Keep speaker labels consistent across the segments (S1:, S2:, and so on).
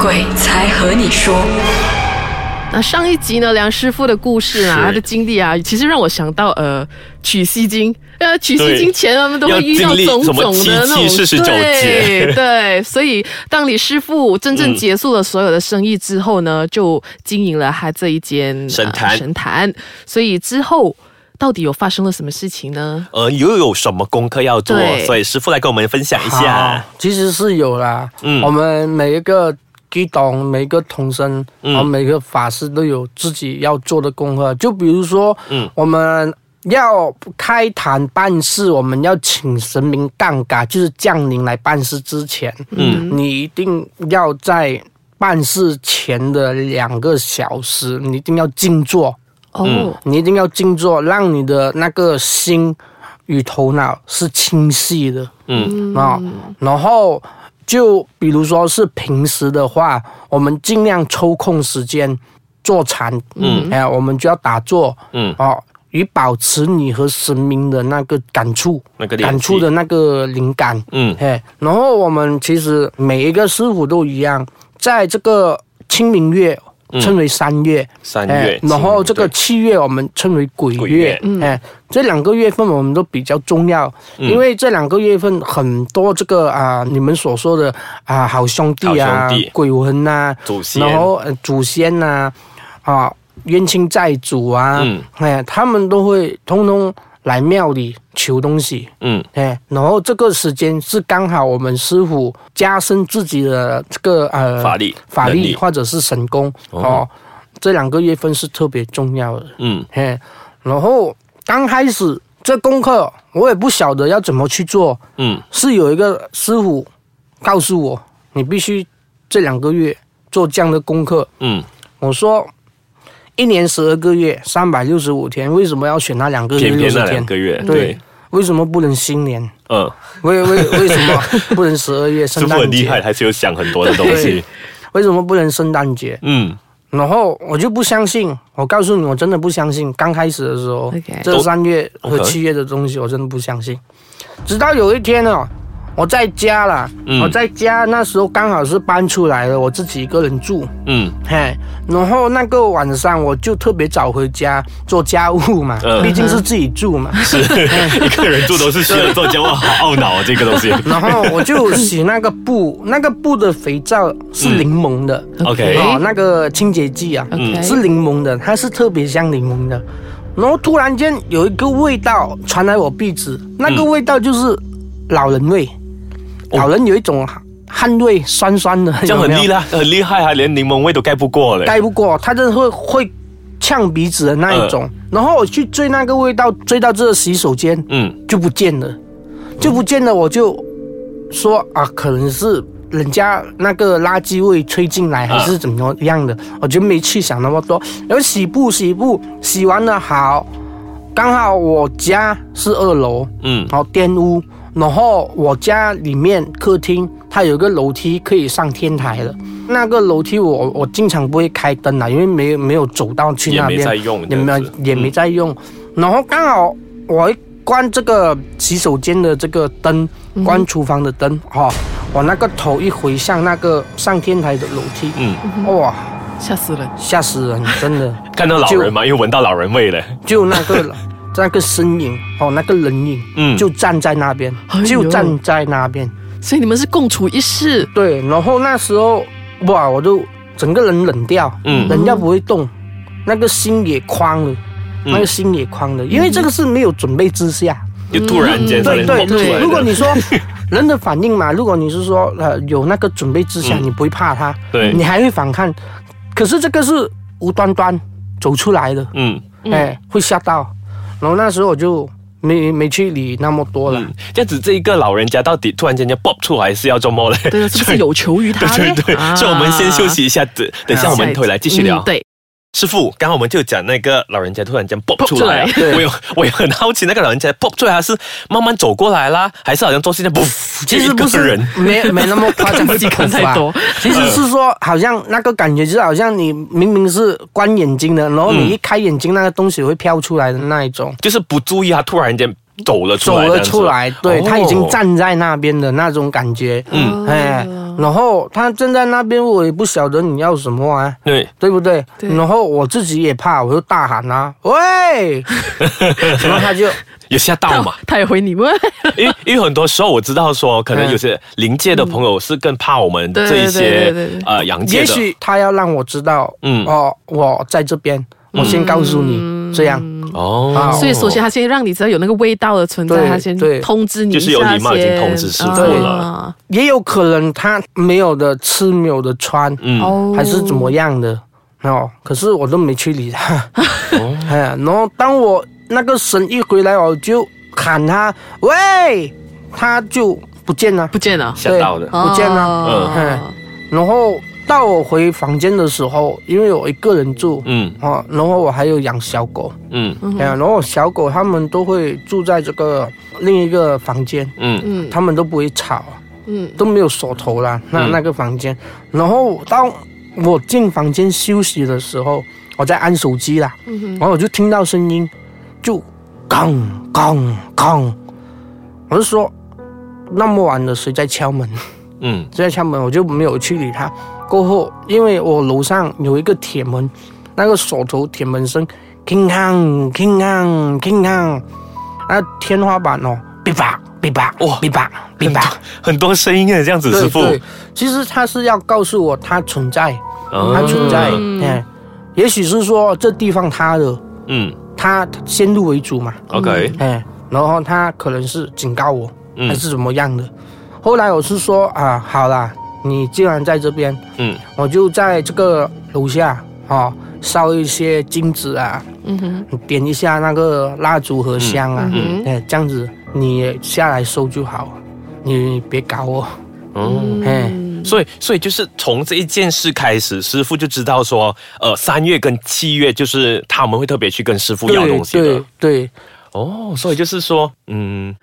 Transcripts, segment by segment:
S1: 鬼才和你说。
S2: 那啊上一集呢，梁师傅的故事啊，
S3: 是
S2: 他的经历啊，其实让我想到呃，取西经。呃，取西
S3: 对
S2: 经前他们都会遇到
S3: 要经历
S2: 种
S3: 什么
S2: 种的那种
S3: 七七49
S2: 对
S3: 节
S2: 对，所以当你师傅真正
S3: 嗯
S2: 结束了所有的生意之后呢，就经营了他这一间
S3: 神坛
S2: 呃神坛。所以之后到底有发生了什么事情呢？
S3: 呃，又有什么功课要做
S2: 对？
S3: 所以师傅来跟我们分享一下。
S4: 好其实是有啦。
S3: 嗯
S4: 我们每一个基董、每一个童生，
S3: 嗯
S4: 我们每个法师都有自己要做的功课。就比如说，
S3: 嗯
S4: 我们要开坛办事，我们要请神明杠杆，就是降临来办事之前，
S3: 嗯，
S4: 你一定要在办事前的两个小时，你一定要静坐。
S2: 哦，
S3: 嗯
S4: 你一定要静坐，让你的那个心与头脑是清晰的。
S3: 嗯
S4: 啊、然后就比如说是平时的话，我们尽量抽空时间坐禅。嗯，哎、我们就要打坐。
S3: 嗯
S4: 哦，以保持你和神明的那个感触，
S3: 那个连
S4: 感触
S3: 接
S4: 的那个灵感。
S3: 嗯
S4: 嘿，然后我们其实每一个师傅都一样，在这个清明月
S3: 嗯
S4: 称为三月，
S3: 三
S4: 哎
S3: 月
S4: 然后这个
S3: 对
S4: 七月我们称为鬼
S3: 鬼
S4: 月
S3: 月，
S4: 哎，这两个月份我们都比较重要，
S3: 嗯
S4: 因为这两个月份很多这个啊、你们所说的啊、好兄弟啊
S3: 好兄弟、
S4: 鬼魂呐、
S3: 祖先
S4: 然后呃祖先呐、啊，冤亲债主啊，
S3: 嗯
S4: 哎，他们都会通通来庙里求东西，
S3: 嗯
S4: 哎，然后这个时间是刚好我们师傅加深自己的这个呃
S3: 法力
S4: 法
S3: 能
S4: 力
S3: 力
S4: 或者是神功哦这两个月份是特别重要的。
S3: 嗯
S4: 嘿，然后刚开始这功课我也不晓得要怎么去做，
S3: 嗯
S4: 是有一个师傅告诉我，你必须这两个月做这样的功课。
S3: 嗯，
S4: 我说，一年十二个月，三百六十五天，为什么要选那两个月
S3: 偏
S4: 六
S3: 偏
S4: 十
S3: 那
S4: 天
S3: 两？个月，
S4: 对
S3: 对，，
S4: 为什么不能新年？
S3: 嗯，
S4: 为为为什么不能十二月
S3: 师
S4: 圣
S3: 傅
S4: 诞
S3: 很厉害，
S4: 节？
S3: 还是有想很多的东西
S4: 对。为什么不能圣诞节？
S3: 嗯，
S4: 然后我就不相信，我告诉你，我真的不相信。刚开始的时候
S2: OK
S4: 这三月
S3: 都
S4: 和
S3: OK
S4: 七月的东西，我真的不相信。直到有一天哦，我在家了，
S3: 嗯
S4: 我在家那时候刚好是搬出来了，我自己一个人住，
S3: 嗯
S4: 嘿。然后那个晚上我就特别早回家做家务嘛，
S3: 嗯
S4: 毕竟是自己住嘛。
S3: 是一个人住都是需要做家务，好懊恼啊这个 东西。
S4: 然后我就洗那个布，那个布的肥皂是柠檬的。
S3: OK，
S2: 诶
S4: 哦，那个清洁剂啊
S3: 嗯
S2: OK
S4: 是柠檬的，它是特别像柠檬的。然后突然间有一个味道传来我鼻子，那个味道就是老人味，
S3: 哦
S4: 老人有一种汗味，酸酸的，
S3: 这样很
S4: 有没有
S3: 厉害，很厉害啊，连柠檬味都盖不过嘞。
S4: 盖不过，它真的会会呛鼻子的那一种。然后我去追那个味道，追到这个洗手间
S3: 嗯
S4: 就不见了，就不见了，我就说啊，可能是人家那个垃圾味吹进来，
S3: 啊
S4: 还是怎么样的，我就没去想那么多。然后洗布洗布，洗完了好，刚好我家是二楼，
S3: 嗯
S4: 然后电屋，然后我家里面客厅它有一个楼梯可以上天台的。那个楼梯我我经常不会开灯啊啦，因为没有没有走到去那边，
S3: 也没在用
S4: 也没有
S3: 这样子嗯
S4: 也没在用。然后刚好我一关这个洗手间的这个灯，
S3: 嗯
S4: 关厨房的灯，哈、哦，我那个头一回向那个上天台的楼梯，
S3: 嗯，
S4: 哇，
S2: 吓死人！
S4: 吓死人，真的。
S3: 看到老人嘛，因为闻到老人味嘞。
S4: 就那个那个身影哦，那个人影，
S3: 嗯
S4: 就站在那边
S2: 哎，呦
S4: 就站在那边。
S2: 所以你们是共处一室，
S4: 对，然后那时候哇，我就整个人冷掉，
S3: 嗯
S4: 冷掉不会动，那个心也慌了，
S3: 嗯
S4: 那个心也慌了，因为这个是没有准备之下。
S3: 就突然间
S4: 嗯对对
S3: 蹦出来
S4: 对，
S3: 的。
S4: 如果你说 人的反应嘛，如果你是说呃有那个准备之下，
S3: 嗯
S4: 你不会怕它，
S3: 对
S4: 你还会反抗，可是这个是无端端走出来的，
S3: 嗯
S4: 哎，会吓到。然后那时候我就没没去理那么多了。
S3: 嗯，这样子这一个老人家到底突然间就爆出来是要做么嘞？
S2: 对啊，是不是有求于他呢？
S3: 对对对，
S2: 啊
S3: 所以我们先休息一下子，等一下我们回来继续聊
S2: 嗯。对，
S3: 师傅，刚刚我们就讲那个老人家突然间蹦出来啊
S2: 蹦，
S3: 我有 我也很好奇，那个老人家蹦出来，他是慢慢走过来啦，还是好像做事情噗，
S4: 其实
S3: 就一个
S4: 不是
S3: 人，
S4: 没没那么夸 张，
S2: 自己看 太多。
S4: 其实是说，好像那个感觉就是好像你明明是关眼睛的，然后你一开眼睛，那个东西会飘出来的那一种。
S3: 就是不注意，他突然间走了出
S4: 走
S3: 来，
S4: 了出来，对、
S3: 哦
S4: 他已经站在那边的那种感觉，
S3: 嗯
S4: 哎，
S2: 哦
S4: 然后他站在那边，我也不晓得你要什么啊，
S3: 这样子，
S4: 对不对？
S2: 对
S4: 然后我自己也怕，我就大喊啊， 喂，然后他就
S3: 对，有吓到 嘛？
S2: 他也回你们，
S3: 因为因为很多时候我知道说，可
S4: 嗯
S3: 能有些临界的朋友是更怕我们
S2: 对
S3: 这
S2: 对对
S3: 一
S2: 对
S3: 些
S2: 对
S3: 呃阳界
S4: 也
S3: 的，
S4: 许他要让我知道，
S3: 嗯
S4: 哦，我在这边，我先告诉你，这样，
S3: 哦
S4: 啊，
S2: 嗯所以首先他先让你知道有那个味道的存在，
S4: 对
S2: 他先
S4: 对
S2: 通知你一下
S3: 就是有礼貌已经
S2: 先
S3: 通知师傅
S4: 了
S2: 啊
S4: 也有可能他没有的吃，没有的穿，
S3: 嗯
S2: 哦
S4: 还是怎么样的哦。可是我都没去理他。
S3: 哦
S4: 哎呀，然后当我那个神一回来，我就喊他，喂，他就不见了，
S2: 不见了，啊
S3: 吓到的，
S4: 不见啊了。
S3: 嗯
S2: 哦
S4: 然后到我回房间的时候，因为我一个人住。
S3: 嗯
S4: 哦，然后我还有养小狗，
S3: 嗯
S4: 哎呀，然后小狗它们都会住在这个另一个房间，
S3: 嗯
S2: 嗯
S4: 它们都不会吵，
S2: 嗯
S4: 都没有锁头啦，那、
S3: 嗯
S4: 那个房间。然后当我进房间休息的时候，我在按手机啦，然后我就听到声音，就哐哐哐，我就说那么晚了谁在敲门？
S3: 嗯
S4: 谁在敲门？我就没有去理他。过后，因为我楼上有一个铁门，那个锁头铁门声，铿锵铿锵铿锵，那天花板哦，哔吧哔吧，
S3: 哇
S4: 哔吧哔吧。
S3: 很多声音啊，这样子，师
S4: 对
S3: 傅，
S4: 对，其实他是要告诉我他存在，他
S3: 他
S4: 存在，哎，也许是说这地方他的，
S3: 嗯
S4: 他先入为主嘛，
S3: ，OK，
S4: 哎，然后他可能是警告我，还
S3: 嗯
S4: 是怎么样的。后来我是说啊，好啦，你既然在这边，
S3: 嗯
S4: 我就在这个楼下啊、哦、烧一些金纸啊，
S2: 嗯哼
S4: 点一下那个蜡烛和香啊，
S2: 嗯
S4: 哎，这样子你下来收就好，你别搞我，
S3: 哦。
S2: 嗯
S4: 哎。
S3: 所以，所以就是从这一件事开始，师傅就知道说，呃，三月跟七月就是他们会特别去跟师傅要东西
S4: 对
S3: 的。
S4: 对
S3: 哦，所以就是说，嗯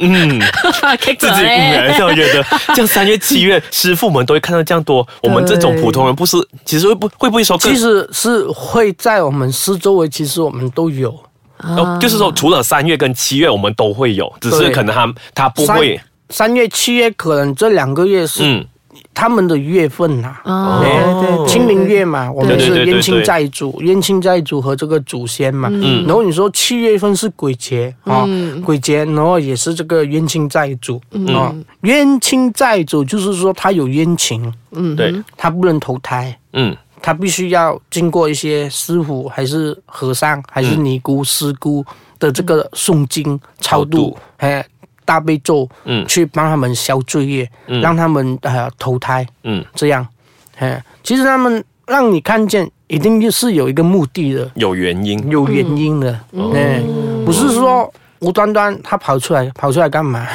S3: 嗯，
S2: 哈哈，kick
S3: 自己嗯，
S2: 啊
S3: 这样觉得，这样三月七月师傅们都会看到这样多，我们这种普通人不是，其实会不会不会说更
S4: 其实是会在我们四周围，其实我们都有。
S3: 哦，就是
S4: 啊
S3: 说，除了三月跟七月，我们都会有，只是
S4: 对
S3: 可能他他不会，
S4: 三月、七月可能这两个月是
S3: 嗯
S4: 他们的月份呐、
S3: 哦
S2: 啊，
S4: 哎
S2: 对对对，
S4: 清明月嘛，我们
S3: 对对
S4: 是
S3: 对
S4: 冤亲债主，冤亲债主和这个祖先嘛。
S3: 嗯
S4: 然后你说七月份是鬼节啊，鬼节，然后也是这个冤亲债主啊。冤亲债主就是说他有冤情，
S2: 嗯
S3: 对，
S4: 他不能投胎。
S3: 嗯
S4: 他必须要经过一些师傅，还是和尚，还
S3: 嗯
S4: 是尼姑、师姑的这个诵经超
S3: 超
S4: 度
S3: 度，
S4: 哎，大悲咒，
S3: 嗯
S4: 去帮他们消罪业，让他们呃投胎，
S3: 嗯，
S4: 这样，哎，其实他们让你看见，一定是有一个目的的，
S3: 有原因，
S4: 有原因的，
S3: 嗯
S4: 哎，
S3: 哦
S4: 不是说无端端他跑出来，跑出来干嘛？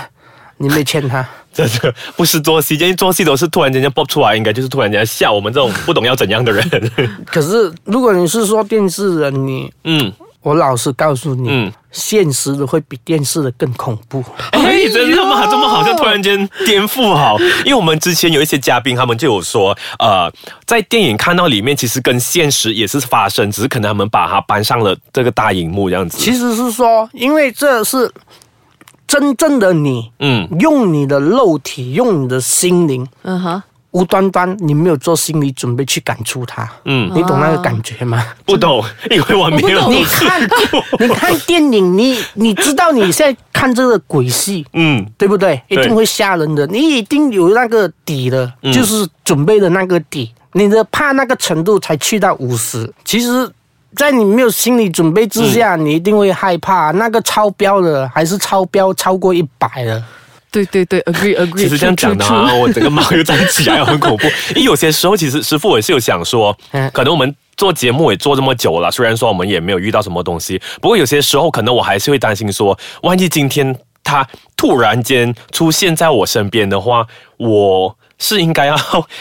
S4: 你没欠 他，
S3: 真的不是做戏，因为做戏都是突然间就爆出来，应该就是突然间吓我们这种不懂要怎样的人。
S4: 可是如果你是说电视人，你
S3: 嗯
S4: 我老实告诉你，
S3: 嗯，
S4: 现实的会比电视的更恐怖。
S3: 哎，真的吗？这么好像突然间颠覆好，
S2: 哎
S3: 因为我们之前有一些嘉宾，他们就有说，呃，在电影看到里面，其实跟现实也是发生，只是可能他们把它搬上了这个大荧幕这样子。
S4: 其实是说，因为这是真正的你，
S3: 嗯
S4: 用你的肉体，用你的心灵，
S2: 嗯哼，
S4: 无端端你没有做心理准备去感触它。
S3: 嗯，啊
S4: 你懂那个感觉吗？
S3: 不懂，因为我没有
S2: 我不懂
S4: 你看，你看电影，你你知道你现在看这个鬼戏，
S3: 嗯
S4: 对不对？一
S3: 对嗯
S4: 定会吓人的，你一定有那个底的，就是准备的那个底，你的怕那个程度才去到五十。其实，在你没有心理准备之下，
S3: 嗯
S4: 你一定会害怕那个超标的，还是超标超过一百的。
S2: 对对对，agree agree，
S3: 其实这样讲的啊，我整个毛又站起来，很 恐怖。因为有些时候，其实师傅也是有想说
S4: 嗯，
S3: 可能我们做节目也做这么久了，虽然说我们也没有遇到什么东西，不过有些时候可能我还是会担心说，万一今天他突然间出现在我身边的话，我是应该要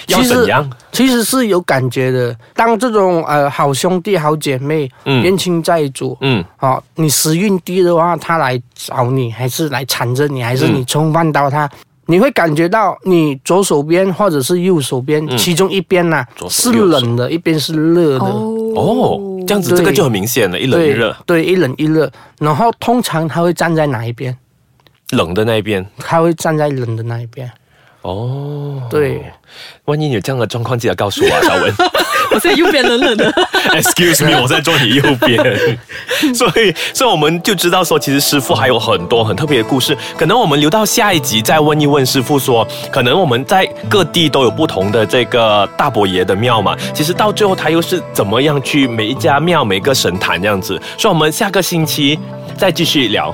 S3: 要
S4: 其实
S3: 怎样？
S4: 其实是有感觉的。当这种呃好兄弟、好姐妹、
S3: 嗯
S4: 冤亲债主，
S3: 嗯
S4: 哦，你时运低的话，他来找你，还是来缠着你，还是
S3: 嗯
S4: 你冲犯到他，你会感觉到你左手边或者是右手边、其中一边呐、
S3: 嗯
S4: 啊
S3: 左手
S4: 是
S3: 右手
S4: 冷的，一边是热的。
S2: 哦
S3: 哦，这样子这个
S4: 对
S3: 就很明显了，一冷一
S4: 对
S3: 热，
S4: 对，一冷一热。然后通常他会站在哪一边？
S3: 冷的那一边。
S4: 他会站在冷的那一边。
S3: 哦，
S4: 对，
S3: 万一你有这样的状况，记得告诉我啊， 小文。
S2: 我现在右边冷冷的，
S3: Excuse me，我在坐你右边， 所以所以我们就知道说，其实师傅还有很多很特别的故事，可能我们留到下一集再问一问师傅说，可能我们在各地都有不同的这个大伯爷的庙嘛，其实到最后他又是怎么样去每一家庙、每一个神坛这样子，所以我们下个星期再继续聊。